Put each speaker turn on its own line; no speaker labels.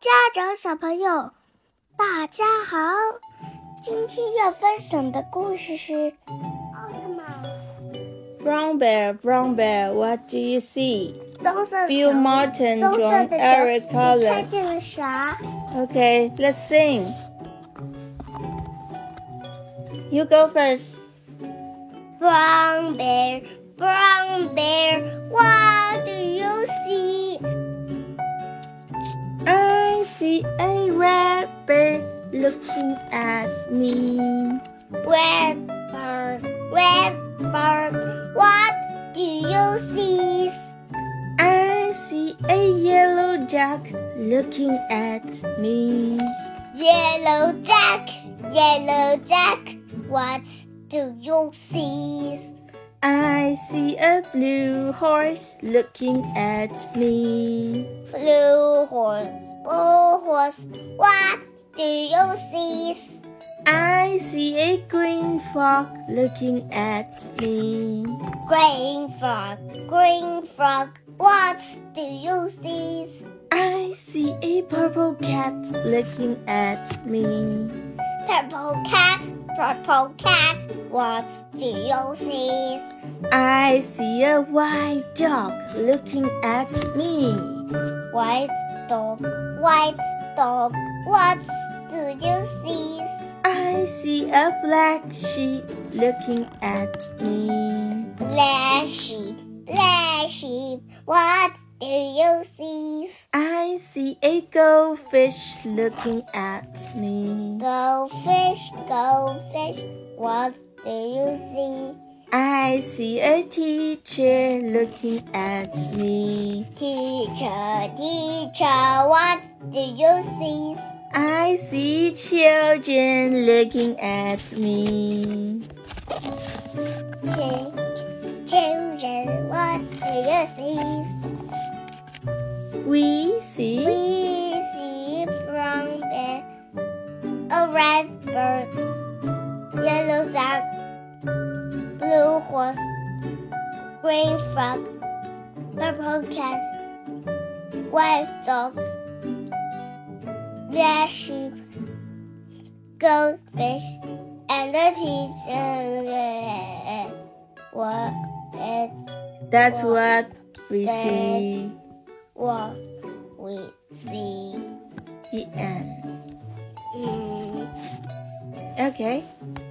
家长、小朋友，大家好！今天要分享的故事是《奥特曼
Brown bear, brown bear, what do you see?》
棕色的
Bill
球
Martin
棕色
drawn
的
every
球你看
color.
见了啥？
Okay, let's sing. You go first.
Brown bear, brown bear, what do you see?
I see a red bird looking at me.
Red bird, red bird, what do you see?
I see a yellow duck looking at me.
Yellow duck, yellow duck, what do you see?
I see a blue horse looking at me.
Blue horse, blue horse, what do you see?
I see a green frog looking at me.
Green frog, green frog, what do you see?
I see a purple cat looking at me.
Purple cat, purple cat, what do you see?
I see a white dog looking at me.
White dog, white dog, what do you see?
I see a black sheep looking at me.
Black sheep, black sheep, what do you see?
I see a goldfish looking at me.
Goldfish, goldfish, what do you see?
I see a teacher looking at me.
Teacher, teacher, what do you see?
I see children looking at me.
Chil- Children, what do you see?
We see
We see brown bear, a red bird, yellow duck, blue horse, green frog, purple cat, white dog, black sheep, goldfish, and the teacher. What is
that's what we
That's-
see.
what we see?
E The end.
Mm.
Okay.